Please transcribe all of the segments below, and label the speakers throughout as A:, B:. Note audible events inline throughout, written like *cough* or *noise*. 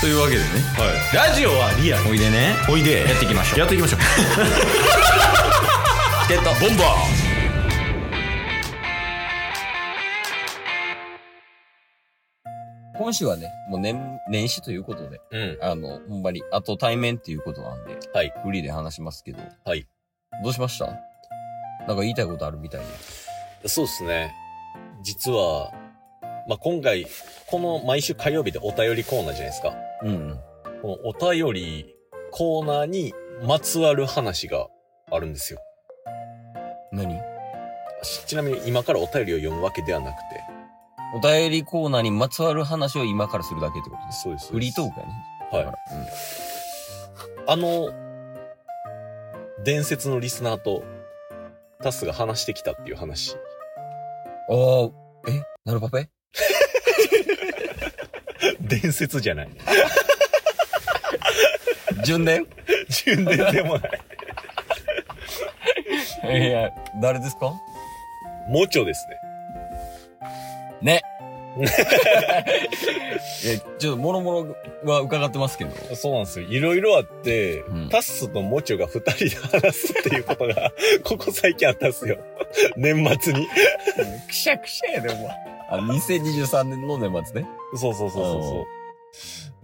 A: というわけでね
B: ラジオはリアル
A: おいでね
B: おいで
A: やっていきましょう
B: やってい
A: *laughs*
B: きましょう
A: チケットボンバー今週はね、もう年、年始ということで、
B: うん
A: あの、ほんまに、あと対面っていうことなんで、
B: はい
A: フリーで話しますけど、
B: はい
A: どうしましたなんか言いたいことあるみたいで。
B: そうですね実はまあ今回この毎週火曜日でお便りコーナーじゃないですか
A: うん。
B: このお便りコーナーにまつわる話があるんですよ
A: 何
B: しちなみに今からお便りを読むわけではなくて
A: お便りコーナーにまつわる話を今からするだけってことです。
B: そうです
A: フリートークやね。
B: はい
A: だからうん
B: あの伝説のリスナーとタスが話してきたっていう話 *laughs*
A: ああ、えなるパペ
B: 伝説じゃない *laughs*
A: 順だよ。
B: 順伝でも
A: *laughs*
B: ない
A: いや、誰ですか
B: もちょですね
A: *laughs* ね。え、ちょっと、もろもろは伺ってますけど。
B: そうなんですよ。いろいろあって、
A: うん
B: タッスとモチョが二人で話すっていうことが、 *laughs* ここ最近あったんですよ。 *laughs* 年末に。
A: くしゃくしゃやで、お前。あ、2023年の年末ね。
B: そうそうそうそうそう。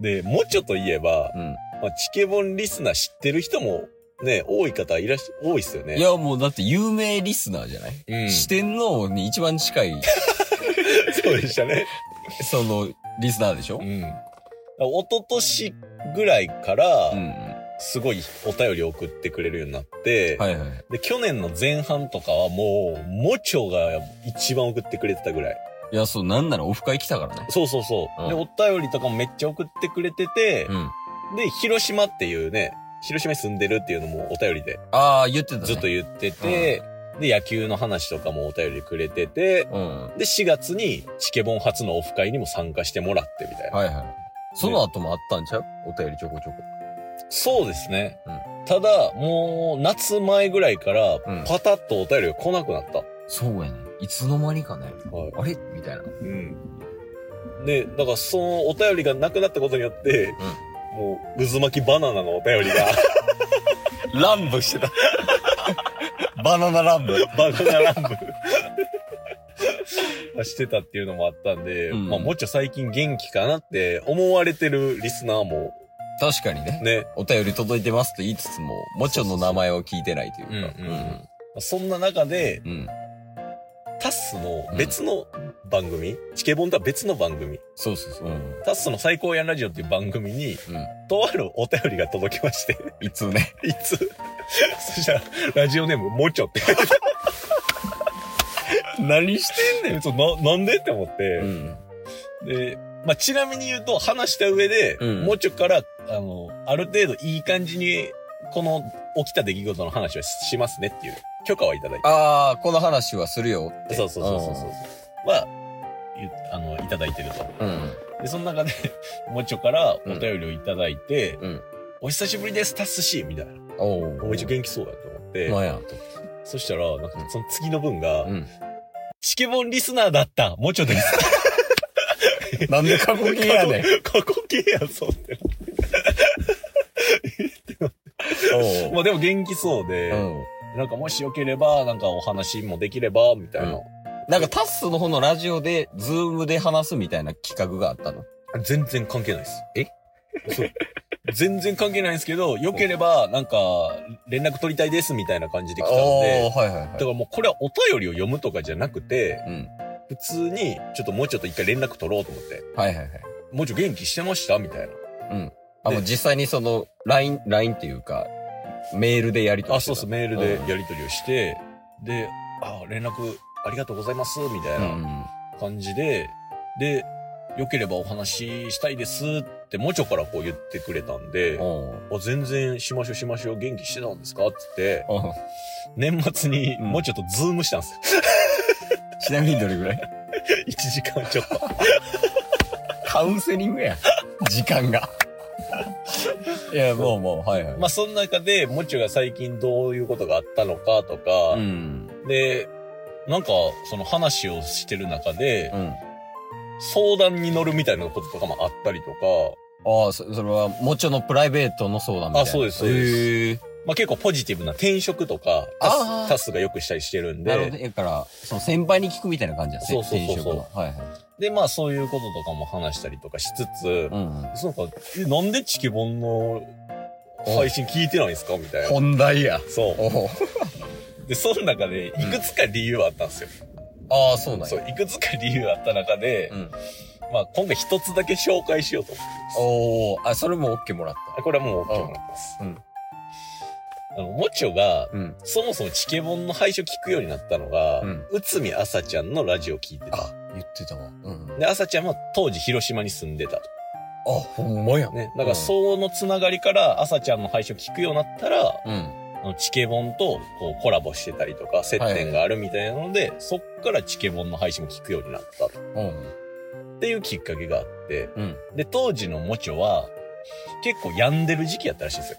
B: で、モチョといえば、
A: うん。
B: まあ、チケボンリスナー知ってる人もね、多い方いらっしゃ、多いっすよね。
A: い、や、もうだって有名リスナーじゃない、
B: うん。
A: 四
B: そ
A: 天王に一番近い、 *laughs*
B: うでしたね。
A: その、リスナーでしょ
B: うん。一昨年ぐらいから、
A: うん。
B: すごいお便り送ってくれるようになって、
A: はいはい。
B: で、去年の前半とかはもう、モチョが一番送ってくれてたぐらい。
A: いや、そう、なんならオフ会来たからね。
B: そうそうそう。
A: うん
B: で、お便りとかもめっちゃ送ってくれてて、
A: うん。
B: で、広島っていうね、広島に住んでるっていうのもお便りで
A: ああ、言ってた、ね。
B: ずっと言ってて、で、野球の話とかもお便りでくれてて、
A: うん。は
B: で、4月にチケボン初のオフ会にも参加してもらってみたい
A: い
B: な。
A: はい。その後もあったんちゃうお便りちょこちょこ。
B: そうですね。
A: う
B: ただ、もう、夏前ぐらいから
A: ん、
B: パタッとお便りが来なくなった。
A: そうやね。いつの間にかね。
B: はい
A: あれみたいな。
B: うん。で、だからそのお便りがなくなったことによって、もう、渦巻きバナナのお便りが、
A: 乱舞してた。バナナ乱舞。
B: *laughs* バナナランブしてたっていうのもあったんで、
A: うん
B: まあもっちょ最近元気かなって思われてるリスナーも
A: 確かにね。
B: ね、
A: お便り届いてますと言いつつも、もちろんの名前を聞いてないというか。
B: うんうんそんな中で
A: うん。うん。
B: タッスの別の番組、チケボンとは別の番組、
A: そうそうそう。うん。
B: タッスの最高やんラジオっていう番組に、とあるお便りが届きまして、 *laughs*
A: いつね。
B: いつ、 *laughs* そしたらラジオネームもちょって。
A: *laughs* 何して
B: でそうななんでって思って、
A: ん。
B: で、まあ、ちなみに言うと、話した上で、
A: うん
B: もうちょっから、あの、ある程度いい感じに、この起きた出来事の話はしますねっていう許可はいただい
A: ああ、この話はするよって
B: て。。そうそうそうそうそう。は、ゆあの、いただいてると。
A: うん。
B: で、その中で、 *laughs* もうちょっからお
A: うん
B: 便りをいただいて、
A: うん
B: お久しぶりです、タッスシーみたいな。
A: お
B: お
A: お。
B: めっちゃ元気そうやと思って、
A: まあや。
B: そしたら、なんかその次の文
A: *laughs*
B: が、
A: うん。
B: チケボンリスナーだった、もうちょです。 *laughs*
A: なんで過去形やねん。
B: 過去形やそうって。
A: *laughs* お
B: まあでも元気そうで、
A: うん。
B: なんかもしよければ、なんかお話もできれば、みたいな。
A: なんかタッスの方のラジオで、ズームで話すみたいな企画があったの。
B: 全然関係ないです。
A: え
B: そう。全然関係ないんですけど、よければ、なんか、連絡取りたいです、みたいな感じで来たんで。
A: あー、はいはい
B: だか
A: は
B: らもうこれはお便りを読むとかじゃなくて、
A: い。うん。
B: 普通に、ちょっともうちょっと一回連絡取ろうと思って。
A: はいはいはい。
B: もうちょっと元気してましたみたいな。
A: あ、
B: で
A: もう実際にその、LINE、LINE っていうか、メールでやり取り
B: あ、そうそう、
A: う。
B: メールでやり取りをして、で、あ、連絡ありがとうございます、みたいうな。
A: ん。
B: 感じで、で、良ければお話ししたいですって、もちょからこう言ってくれたんで、
A: おう
B: あ全然しましょうしましょう元気してたんですかって言って、
A: おう
B: 年末に
A: うん
B: もうちょっとズームしたんですよ。 *laughs*
A: ちなみにどれぐらい
B: 1時間ちょっと。
A: カウンセリングや。時間が。いや、もうもう、はいはい。
B: まあその中で、もちょが最近どういうことがあったのかとか、
A: うん。
B: で、なんかその話をしてる中で
A: う、ん。
B: 相談に乗るみたいなこととかもあったりとか、
A: ああ、そそれは、もちろんプライベートの相談みたいな。
B: あそうですそうです
A: へえ
B: まあ結構ポジティブな転職とかタ
A: あー
B: ス、タスがよくしたりしてるん
A: なるほど
B: で、
A: ね。だから、その先輩に聞くみたいな感じだね。
B: そうそうそうそう
A: 転職のはいはい。
B: で、まあそういうこととかも話したりとかしつつ、
A: うんうん。
B: そうか、え、なんでチケボンの配信聞いてないんですかみたいな。
A: 本題や。
B: そ
A: おお。
B: う。で、その中で、いくつか理由あったんですよ。
A: ああ、そうなん
B: そ
A: や。
B: う、いくつか理由あった中で、
A: うん。
B: まあ今回一つだけ紹介しようと思ってます。
A: おお、あ、それも OK もらっ
B: これはもう OK もらってます。
A: うん
B: あの、もちょが、
A: た。うん。
B: そもそもチケボンの配信を聞くようになったのが、
A: うん
B: 内海あさちゃんのラジオを聞いてた。
A: あ、言ってたわ。うんうん。
B: で、あさちゃんは当時広島に住んでたと。
A: あ、ほんまや。
B: ね。
A: う
B: だか
A: ん
B: ら、そのつながりから、あさちゃんの配信を聞くようになったら、
A: うん。
B: あのチケボンとこうコラボしてたりとか接点があるみたいなので、そっからチケボンの配信も聞くようになったと
A: うん。
B: っていうきっかけがあって、
A: うん。
B: で、当時のモチョは結構病んでる時期やったらしいんですよ。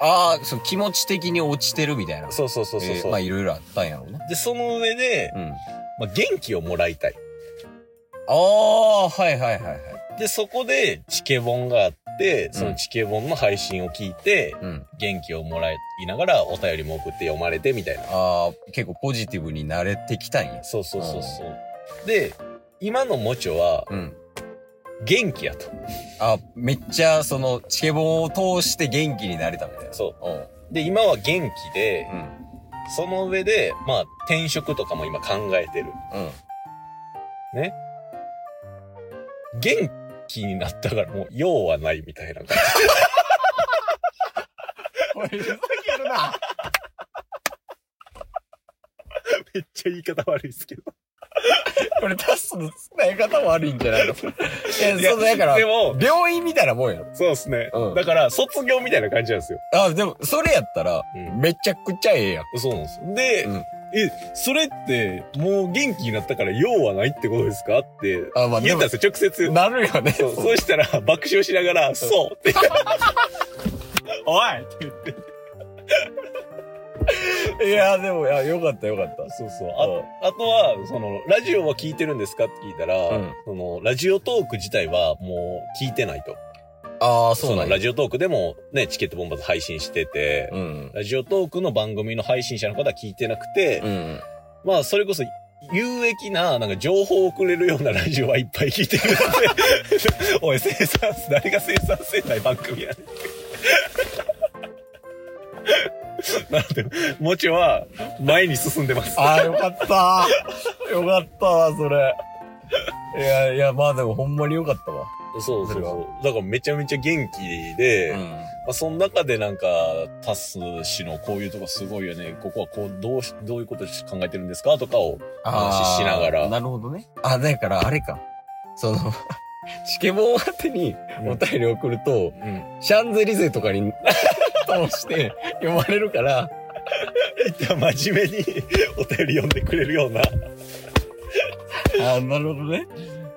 A: ああ、そう、気持ち的に落ちてるみたいな。
B: そうそうそうそう
A: え
B: そ
A: ー
B: う。
A: まあ、いろいろあったんやろうね。
B: で、その上で、
A: うん。
B: まあ、元気をもらいたい。
A: ああ、はいはいはいはい。
B: で、そこでチケボンがあって、そのチケボンの配信を聞いて、
A: うん。
B: 元気をもらいながらお便りも送って読まれてみたいな。
A: ああ、結構ポジティブに慣れてきたんや。
B: そうそうそうそう。で、今のモチョは
A: うん。
B: 元気やと。
A: あ、めっちゃ、その、チケボンを通して元気になれたみたいな。。
B: そう
A: うん。
B: で、今は元気で、
A: うん。
B: その上で、まあ、転職とかも今考えてる。
A: うん。
B: 元気になったからもう用はないみたいな感じ。
A: おい、ふざけるな。
B: めっちゃ言い方悪いですけど。
A: これタスの伝え方悪いんじゃ *laughs* ないのい
B: い
A: や、
B: や
A: そうだから
B: で、も、
A: 病院みたいなもんやろ。
B: そうですね、
A: うん
B: だから、卒業みたいな感じなんですよ。
A: あ、でも、それやったら、
B: うん
A: めちゃくちゃええやん。
B: そうなんですよ。で、
A: うん
B: え、それって、もう元気になったから用はないってことですかって
A: あ、まあ、
B: 言
A: で
B: っ
A: も
B: たん、ですよ、直
A: *laughs*
B: 接。
A: なるよね。
B: そう、そうしたら爆笑しながら、そ
A: *laughs*
B: うって。おいって言って。
A: いや、でも、いや、よかったよかった。
B: そうそう。ああとは、その、ラジオは聞いてるんですかって聞いたら、
A: うん
B: その、ラジオトーク自体はもう聞いてないと。
A: ああ、そうなん
B: の
A: や
B: ラ。ジオトークでもね、チケットボンバーズ配信してて、
A: うん。
B: ラジオトークの番組の配信者の方は聞いてなくて、
A: うん。
B: まあ、それこそ、有益な、なんか情報をくれるようなラジオはいっぱい聞いてるんで、おい、生産、誰が生産性ない番組やねん。なんで、もちは前に進んでます。
A: ああ、よかった。よかったわ、それ。いや、いや、まあでも、ほんまによかったわ。
B: そうそうそう。だからめちゃめちゃ元気で、ま
A: ん。
B: あ、その中でなんか、タス氏のこういうとこすごいよね。ここはこう、どうし、どういうこと考えてるんですかとかを。話しながら
A: あーなるほどね。あ、だから、あれか。その、 *laughs* チケボン宛てにお便り送ると、
B: *laughs* うん。
A: シャンゼリゼとかに *laughs* 通して読まれるから、
B: 真面目にお便り読んでくれるような。
A: ああ、なるほどね。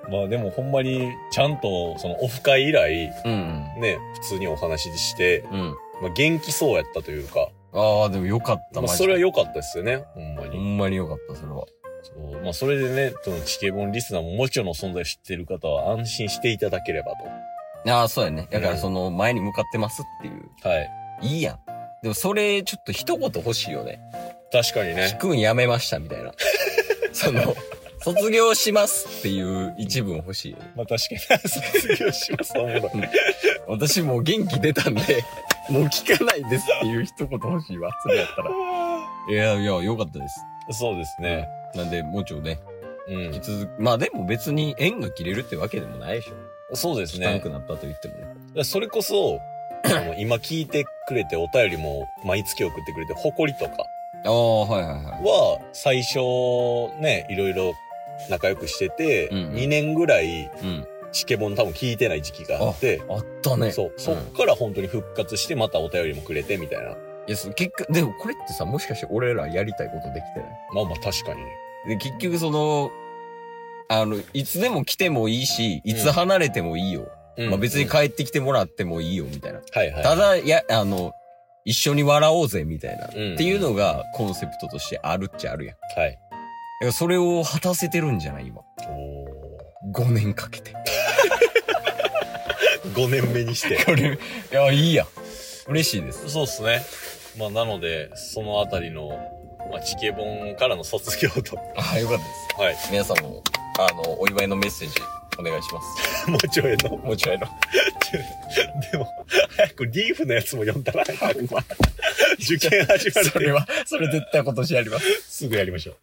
B: まあでもほんまに、ちゃんと、そのオフ会以来、
A: うん。
B: ね、普通にお話しして、
A: うん。
B: まあ元気そうやったというか、
A: ああ、でもよかった、
B: まあ
A: マジ
B: そ
A: で
B: れは良かったですよね、ほんま
A: ほ
B: に。
A: んまによかった、それは。
B: そうまあそれでね、そのチケボンリスナーももちろんの存在を知ってる方は安心していただければと。
A: ああ、そうやね。だから
B: うん
A: その前に向かってますっていう。
B: はい。
A: いいやん。でもそれちょっと一言欲しいよね。
B: 確かに
A: 聞
B: ね。
A: くんやめましたみた *laughs* いな。その、卒業しますっていう一文欲しいよね。
B: まあ確かに。 *laughs* 卒業しますと思うの
A: 私もう元気出たん *laughs* で、もう聞かないですっていう一言欲しいわ。それやったら。いやいや、よかったです。
B: そうですね。
A: なんで、もうちょいね、
B: う
A: 引き
B: ん。
A: 続き、まあでも別に縁が切れるってわけでもないでしょ。
B: そうです
A: 汚
B: ね
A: く。なったと言ってもね。
B: それこそ、あの今聞いてくれてお便りも毎月送ってくれて、誇りとか
A: ああ、はいはいはい。
B: は、最初ね、いろいろ仲良くしてて、
A: うんうん
B: 2年ぐらい
A: うん。
B: チケボン多分聞いてない時期があって、
A: あったね。
B: そう。そっから本当に復活してまたお便りもくれてみたいな。
A: いや、その結果、でもこれってさ、もしかして俺らやりたいことできてない
B: まあまあ確かにね。
A: で、結局その、あの、いつでも来てもいいし、いつ離れてもいいよ。まあ別に
B: か、
A: 帰ってきてもらってもいいよ、みたいな。
B: はいはい。
A: ただ、いや、あの、一緒に笑おうぜ、みたいな。っ
B: うん
A: ていうのがコンセプトとしてあるっちゃあるやん。だ
B: はい。
A: からそれを果たせてるんじゃない今。
B: お
A: 5年かけて。
B: ー5年目にして。
A: これ、いや、いいやん。嬉しいです。
B: *laughs* そうですね。まあ、なので、そのあたりの、まあ、チケボンからの卒業と。
A: あ、よかったです。
B: *laughs* はい。
A: 皆さんも、あの、お祝いのメッセージ、お願いします。
B: もうちょいの。
A: もうちろんやろ。
B: でも、早くリーフのやつも読んだら、 *laughs* 受験始まる
A: それは、それ絶対今年やります。
B: すぐやりましょう。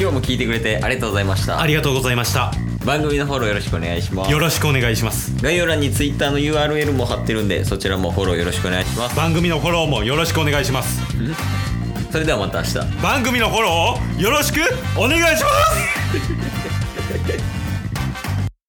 C: 今日も聞いてくれてありがとうございました
D: ありがとうございました。
C: 番組のフォローよろしくお願いします
D: よろしくお願いします。
C: 概要欄に Twitter の URL も貼ってるんでそちらもフォローよろしくお願いします
D: 番組のフォローもよろしくお願いします。
C: それではまた明日
D: 番組のフォローをよろしくお願いします